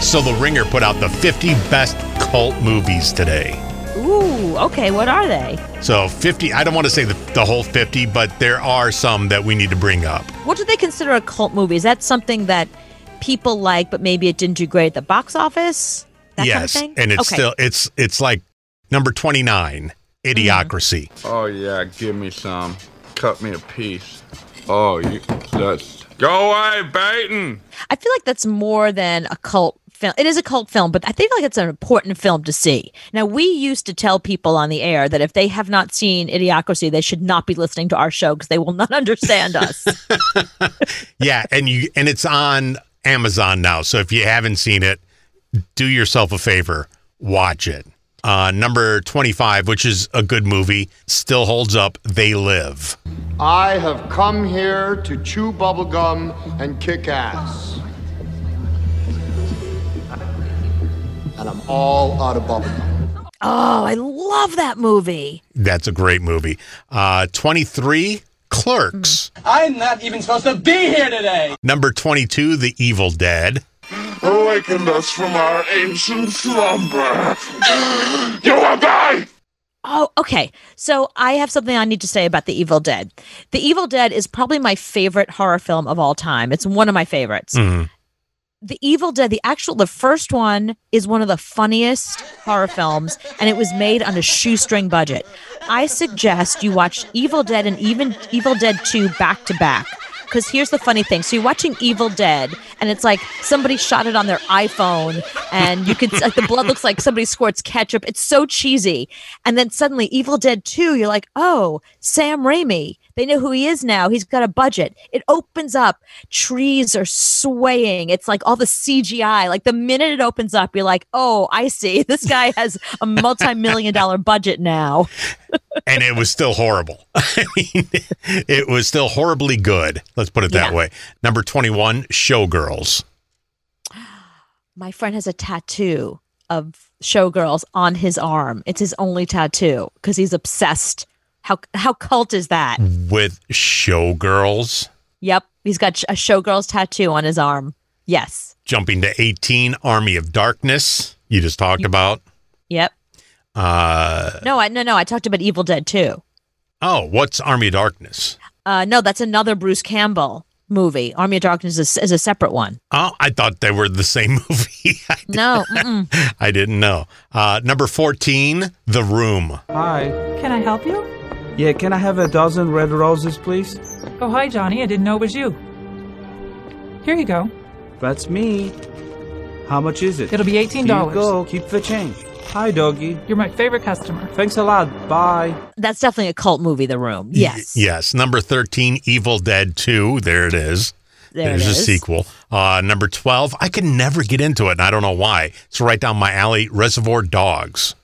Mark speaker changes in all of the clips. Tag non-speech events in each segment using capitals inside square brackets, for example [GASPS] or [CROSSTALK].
Speaker 1: So The Ringer put out the 50 best cult movies today.
Speaker 2: Ooh, okay. What are they?
Speaker 1: So 50, I don't want to say the, the whole 50, but there are some that we need to bring up.
Speaker 2: What do they consider a cult movie? Is that something that people like, but maybe it didn't do great at the box office? That kind of
Speaker 1: yes,
Speaker 2: thing?
Speaker 1: and it's
Speaker 2: Okay.
Speaker 1: still it's it's like number 29,
Speaker 2: Mm-hmm.
Speaker 1: Idiocracy.
Speaker 3: Oh yeah, give me some. Cut me a piece. Oh, you that's go away, Baton.
Speaker 2: I feel like that's more than a cult film. It is a cult film, but I think like it's an important film to see. Now we used to tell people on the air that if they have not seen Idiocracy, they should not be listening to our show because they will not [LAUGHS]
Speaker 1: [LAUGHS]
Speaker 2: understand us.
Speaker 1: yeah, and you and it's on Amazon now. So if you haven't seen it, do yourself a favor, watch it. Uh, number 25, which is a good movie, still holds up. They live.
Speaker 4: I have come here to chew bubblegum and kick ass. And I'm all out of bubblegum.
Speaker 2: oh, I love that movie.
Speaker 1: That's a great movie. Uh, 23,
Speaker 2: Mm-hmm.
Speaker 1: Clerks.
Speaker 5: I'm not even supposed to be here today.
Speaker 1: Number 22, The Evil Dead.
Speaker 6: awakened us from our ancient slumber. [GASPS] you will die!
Speaker 2: Oh, okay. So I have something I need to say about The Evil Dead. The Evil Dead is probably my favorite horror film of all time. It's one of my favorites. The Evil Dead, the actual, the first one is one of the funniest horror films, and it was made on a shoestring budget. I suggest you watch Evil Dead and even Evil Dead 2 back to back. Because here's the funny thing. So you're watching Evil Dead, and it's like somebody shot it on their iPhone, and you could, like, the blood looks like somebody squirts ketchup. It's so cheesy. And then suddenly, Evil Dead 2, you're like, oh, Sam Raimi. They know who he is now. He's got a budget. It opens up. Trees are swaying. It's like all the CGI. Like the minute it opens up, you're like, oh, I see. [LAUGHS] This guy has a multi million dollar budget now.
Speaker 1: and it was still horrible. [LAUGHS] I mean, it was still horribly good. Let's put it that
Speaker 2: Yeah.
Speaker 1: way. Number 21, Showgirls.
Speaker 2: My friend has a tattoo of showgirls on his arm. It's his only tattoo because he's obsessed. How, how cult is that?
Speaker 1: With Showgirls.
Speaker 2: Yep. He's got sh- a showgirls tattoo on his arm. Yes.
Speaker 1: Jumping to 18, Army of Darkness, you just talked about.
Speaker 2: Yep.
Speaker 1: Uh,
Speaker 2: No, I, no, no. I talked about Evil Dead too.
Speaker 1: oh, what's Army of Darkness?
Speaker 2: Uh, no, that's another Bruce Campbell movie. Army of Darkness is, is a separate one.
Speaker 1: Oh, I thought they were the [LAUGHS] same movie. I, [LAUGHS]
Speaker 2: No, mm-mm.
Speaker 1: I didn't know. Uh, number 14, The Room.
Speaker 7: Hi.
Speaker 8: Can I help you?
Speaker 7: Yeah, can I have a dozen red roses, please?
Speaker 8: Oh, hi, Johnny. I didn't know it was you. Here you go.
Speaker 7: That's me. How much is it?
Speaker 8: It'll be
Speaker 7: Here
Speaker 8: $18.
Speaker 7: you go. Keep the change. Hi, doggy.
Speaker 8: You're my favorite customer.
Speaker 7: Thanks a lot. Bye.
Speaker 2: that's definitely a cult movie. The Room. Yes,
Speaker 1: Y- yes. Number 13, Evil Dead 2. There it is.
Speaker 2: There
Speaker 1: There's
Speaker 2: it
Speaker 1: a
Speaker 2: is.
Speaker 1: sequel. Uh, number 12, I can never get into it, and I don't know why. It's right down my alley Reservoir Dogs.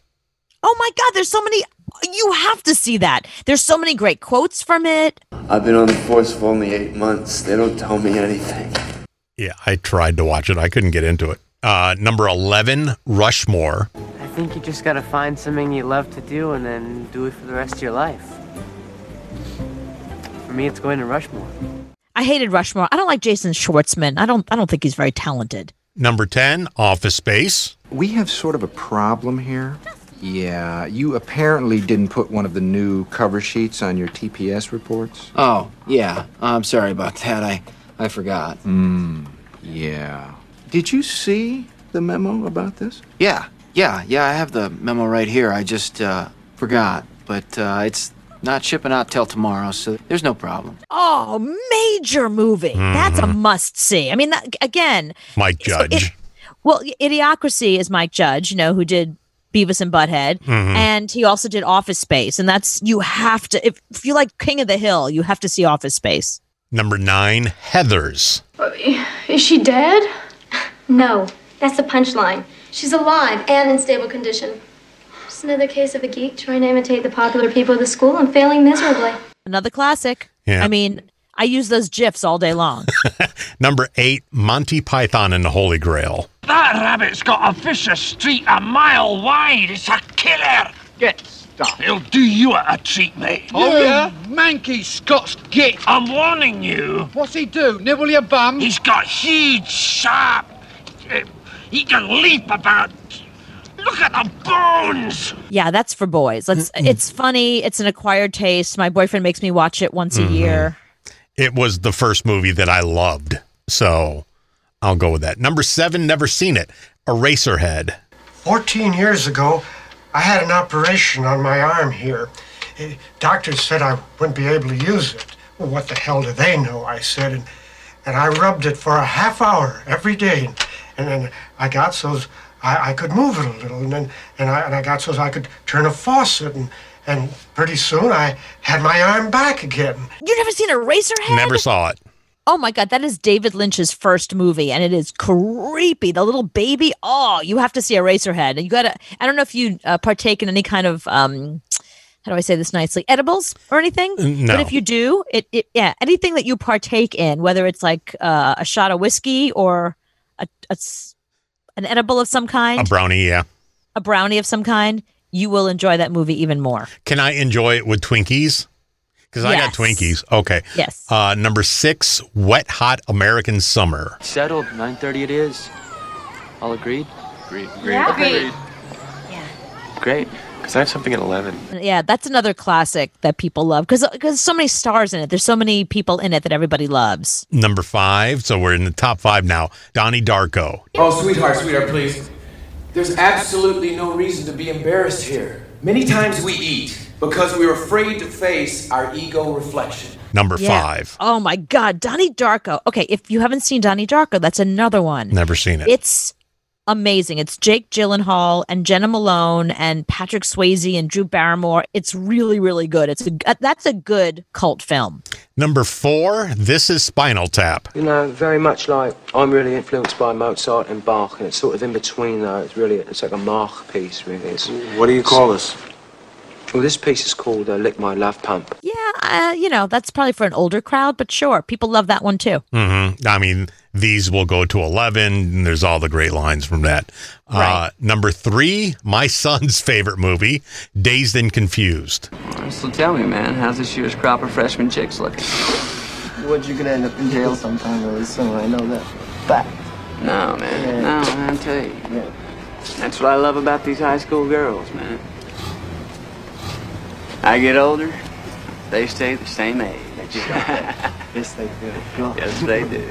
Speaker 2: Oh my God, there's so many. You have to see that. There's so many great quotes from it.
Speaker 9: I've been on the force for only eight months. They don't tell me anything.
Speaker 1: Yeah, I tried to watch it, I couldn't get into it. Uh, number 11, Rushmore.
Speaker 10: I think you just gotta find something you love to do and then do it for the rest of your life. For me, it's going to Rushmore.
Speaker 2: I hated Rushmore. I don't like Jason Schwartzman. I don't. I don't think he's very talented.
Speaker 1: Number 10, Office Space.
Speaker 11: We have sort of a problem here. Yeah, you apparently didn't put one of the new cover sheets on your TPS reports.
Speaker 10: Oh, yeah. I'm sorry about that. I, I forgot.
Speaker 11: Yeah. Did you see the memo about this?
Speaker 10: Yeah, yeah, yeah. I have the memo right here. I just uh, forgot. But uh, it's not shipping out till tomorrow, so there's no problem.
Speaker 2: Oh, major movie. That's a
Speaker 1: Mm-hmm.
Speaker 2: must see. I mean, that, again,
Speaker 1: Mike Judge.
Speaker 2: Well, Idiocracy is Mike Judge, you know, who did Beavis and Butthead,
Speaker 1: Mm-hmm.
Speaker 2: and he also did Office Space, and that's you have to if, if you like King of the Hill, you have to see Office Space.
Speaker 1: Number 9, Heathers.
Speaker 6: Is she dead? No, that's the punchline. She's alive and in stable condition. Just another case of a geek trying to imitate the popular people of the school and failing miserably.
Speaker 2: Another classic.
Speaker 1: Yeah.
Speaker 2: I mean, I use those gifs all day
Speaker 1: [LAUGHS]
Speaker 2: long.
Speaker 1: Number 8, Monty Python and the Holy Grail.
Speaker 5: That rabbit's got a vicious streak a mile wide. It's a killer.
Speaker 3: Get stuck.
Speaker 5: He'll do you a treat, mate.
Speaker 3: Oh
Speaker 5: Uh,
Speaker 3: yeah, manky Scots git.
Speaker 5: I'm warning you.
Speaker 3: What's he do? Nibble your bum?
Speaker 5: He's got huge, sharp, uh, He can leap about. Look at the bones.
Speaker 2: Yeah, that's for boys. Let's. It's funny. It's an acquired taste. My boyfriend makes me watch it once
Speaker 1: Mm-hmm.
Speaker 2: a year.
Speaker 1: It was the first movie that I loved, so I'll go with that. Number seven, never seen it. Eraserhead.
Speaker 12: 14 years ago, I had an operation on my arm here. Eh, Doctors said I wouldn't be able to use it. Well, what the hell do they know? I said, and, and I rubbed it for a half hour every day, and, and then I got so I, I could move it a little, and then and I, and I got so I could turn a faucet, and, and pretty soon I had my arm back again.
Speaker 2: You never seen Eraserhead?
Speaker 1: Never saw it.
Speaker 2: Oh my God, that is David Lynch's first movie, and it is creepy. The little baby. Oh, you have to see Eraserhead. And you gotta. I don't know if you uh, partake in any kind of um, how do I say this nicely, edibles or anything.
Speaker 1: Uh, No.
Speaker 2: But if you do, it, it yeah, anything that you partake in, whether it's like uh, a shot of whiskey or a, a s- an edible of some kind,
Speaker 1: A brownie, yeah.
Speaker 2: a brownie of some kind, you will enjoy that movie even more.
Speaker 1: Can I enjoy it with Twinkies? Because I got
Speaker 2: Yes.
Speaker 1: Twinkies. Okay.
Speaker 2: Yes.
Speaker 1: Uh, number six, Wet Hot American Summer.
Speaker 13: Settled. 9:30 it is. All agreed? Agreed.
Speaker 2: Yeah. Agreed.
Speaker 13: Great. Because I have something at 11.
Speaker 2: Yeah, that's another classic that people love because because so many stars in it. There's so many people in it that everybody loves.
Speaker 1: Number five. So we're in the top five now. Donnie Darko.
Speaker 14: Oh, sweetheart, sweetheart, please. There's absolutely no reason to be embarrassed here. Many times we eat because we're afraid to face our ego reflection.
Speaker 1: Number
Speaker 2: Yeah.
Speaker 1: five.
Speaker 2: Oh my God, Donnie Darko. Okay, if you haven't seen Donnie Darko, that's another one.
Speaker 1: Never seen it.
Speaker 2: It's amazing. It's Jake Gyllenhaal and Jenna Malone and Patrick Swayze and Drew Barrymore. It's really, really good. It's a uh, that's a good cult film.
Speaker 1: Number four, This is Spinal Tap.
Speaker 15: You know, very much like I'm really influenced by Mozart and Bach, and it's sort of in between though. It's really it's like a Mach piece, really. It's,
Speaker 16: What do you call this?
Speaker 15: Well, this piece is called uh, "Lick My Love Pump."
Speaker 2: Yeah, uh, you know that's probably for an older crowd, but sure, people love that one too.
Speaker 1: hmm I mean, these will go to 11. And there's all the great lines from that. Uh, number three, my [LAUGHS] son's favorite movie, Dazed and Confused.
Speaker 13: So tell me, man, how's this year's crop of freshman chicks looking?
Speaker 17: What you're gonna end up in jail sometime really soon. I know that. But
Speaker 13: No, man. No, man, I tell you. That's what I love about these high school girls, man. I get older, they stay the same age. yes, they do. Yes, they do.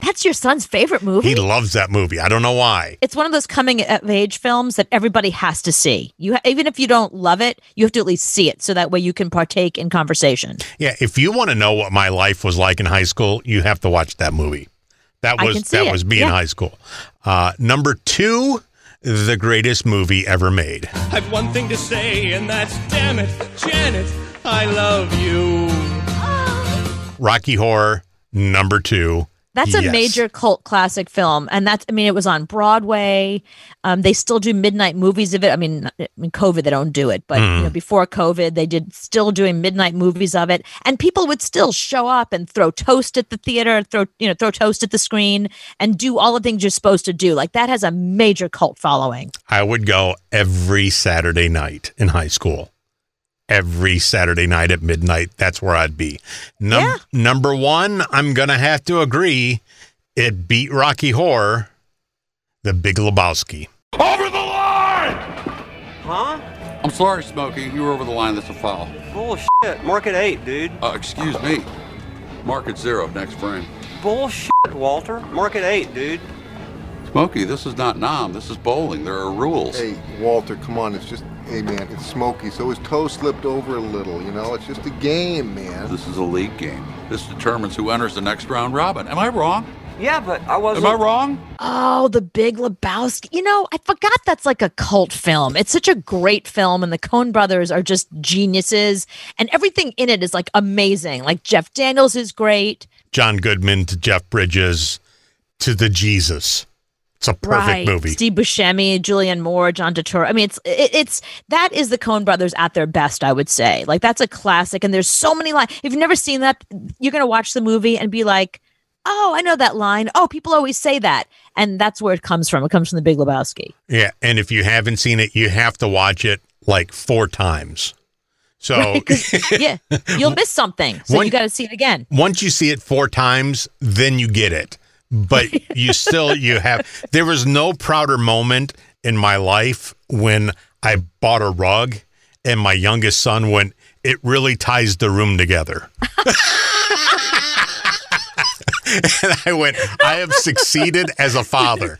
Speaker 2: That's your son's favorite movie.
Speaker 1: He loves that movie. I don't know why.
Speaker 2: it's one of those coming of age films that everybody has to see. You ha- even if you don't love it, you have to at least see it so that way you can partake in conversation.
Speaker 1: Yeah, if you want to know what my life was like in high school, you have to watch that movie. That
Speaker 2: I
Speaker 1: was
Speaker 2: can see
Speaker 1: that
Speaker 2: it.
Speaker 1: was me in
Speaker 2: Yeah.
Speaker 1: high school. Uh, number two, the greatest movie ever made.
Speaker 18: I've one thing to say, and that's damn it, Janet, I love you.
Speaker 1: Rocky Horror number two.
Speaker 2: That's a
Speaker 1: Yes.
Speaker 2: major cult classic film, and that's I mean it was on Broadway. Um, they still do midnight movies of it. I mean, I mean COVID they don't do it, but you know,
Speaker 19: Mm.
Speaker 2: before COVID they did still doing midnight movies of it, and people would still show up and throw toast at the theater, throw you know throw toast at the screen, and do all the things you're supposed to do. Like that has a major cult following.
Speaker 1: I would go every Saturday night in high school. Every Saturday night at midnight, that's where I'd be. Num- Number one, I'm going to have to agree. It beat Rocky Horror, The Big Lebowski.
Speaker 20: Over the line! Huh? I'm sorry, Smokey. You were over the line. That's a foul.
Speaker 21: [LAUGHS] Bullshit. Market eight, dude.
Speaker 20: Uh, excuse me. Market zero. Next frame.
Speaker 21: Bullshit, Walter. Market eight, dude.
Speaker 20: Smokey, this is not nom. This is bowling. There are rules.
Speaker 22: Hey, Walter, come on. It's just, hey, man, it's smoky. So his toe slipped over a little, you know? It's just a game, man.
Speaker 20: This is a league game. This determines who enters the next round robin. Am I wrong?
Speaker 21: Yeah, but I wasn't.
Speaker 20: Am I wrong?
Speaker 2: Oh, the Big Lebowski. You know, I forgot that's like a cult film. It's such a great film, and the Coen brothers are just geniuses, and everything in it is like amazing. Like Jeff Daniels is great.
Speaker 1: John Goodman to Jeff Bridges to the Jesus. It's a perfect
Speaker 2: right.
Speaker 1: movie.
Speaker 2: Steve Buscemi, Julianne Moore, John Turturro. I mean, it's it, it's that is the Coen brothers at their best, I would say. Like that's a classic, and there's so many lines. If you've never seen that, you're gonna watch the movie and be like, "Oh, I know that line. Oh, people always say that," and that's where it comes from. It comes from the Big Lebowski.
Speaker 1: Yeah, and if you haven't seen it, you have to watch it like four times. So
Speaker 2: Right, 'cause- yeah, you'll miss something, so
Speaker 1: One-
Speaker 2: you got to see it again.
Speaker 1: once you see it four times, then you get it. but you still you have there was no prouder moment in my life when I bought a rug and my youngest son went it really ties the room together. [LAUGHS] and I went I have succeeded as a father.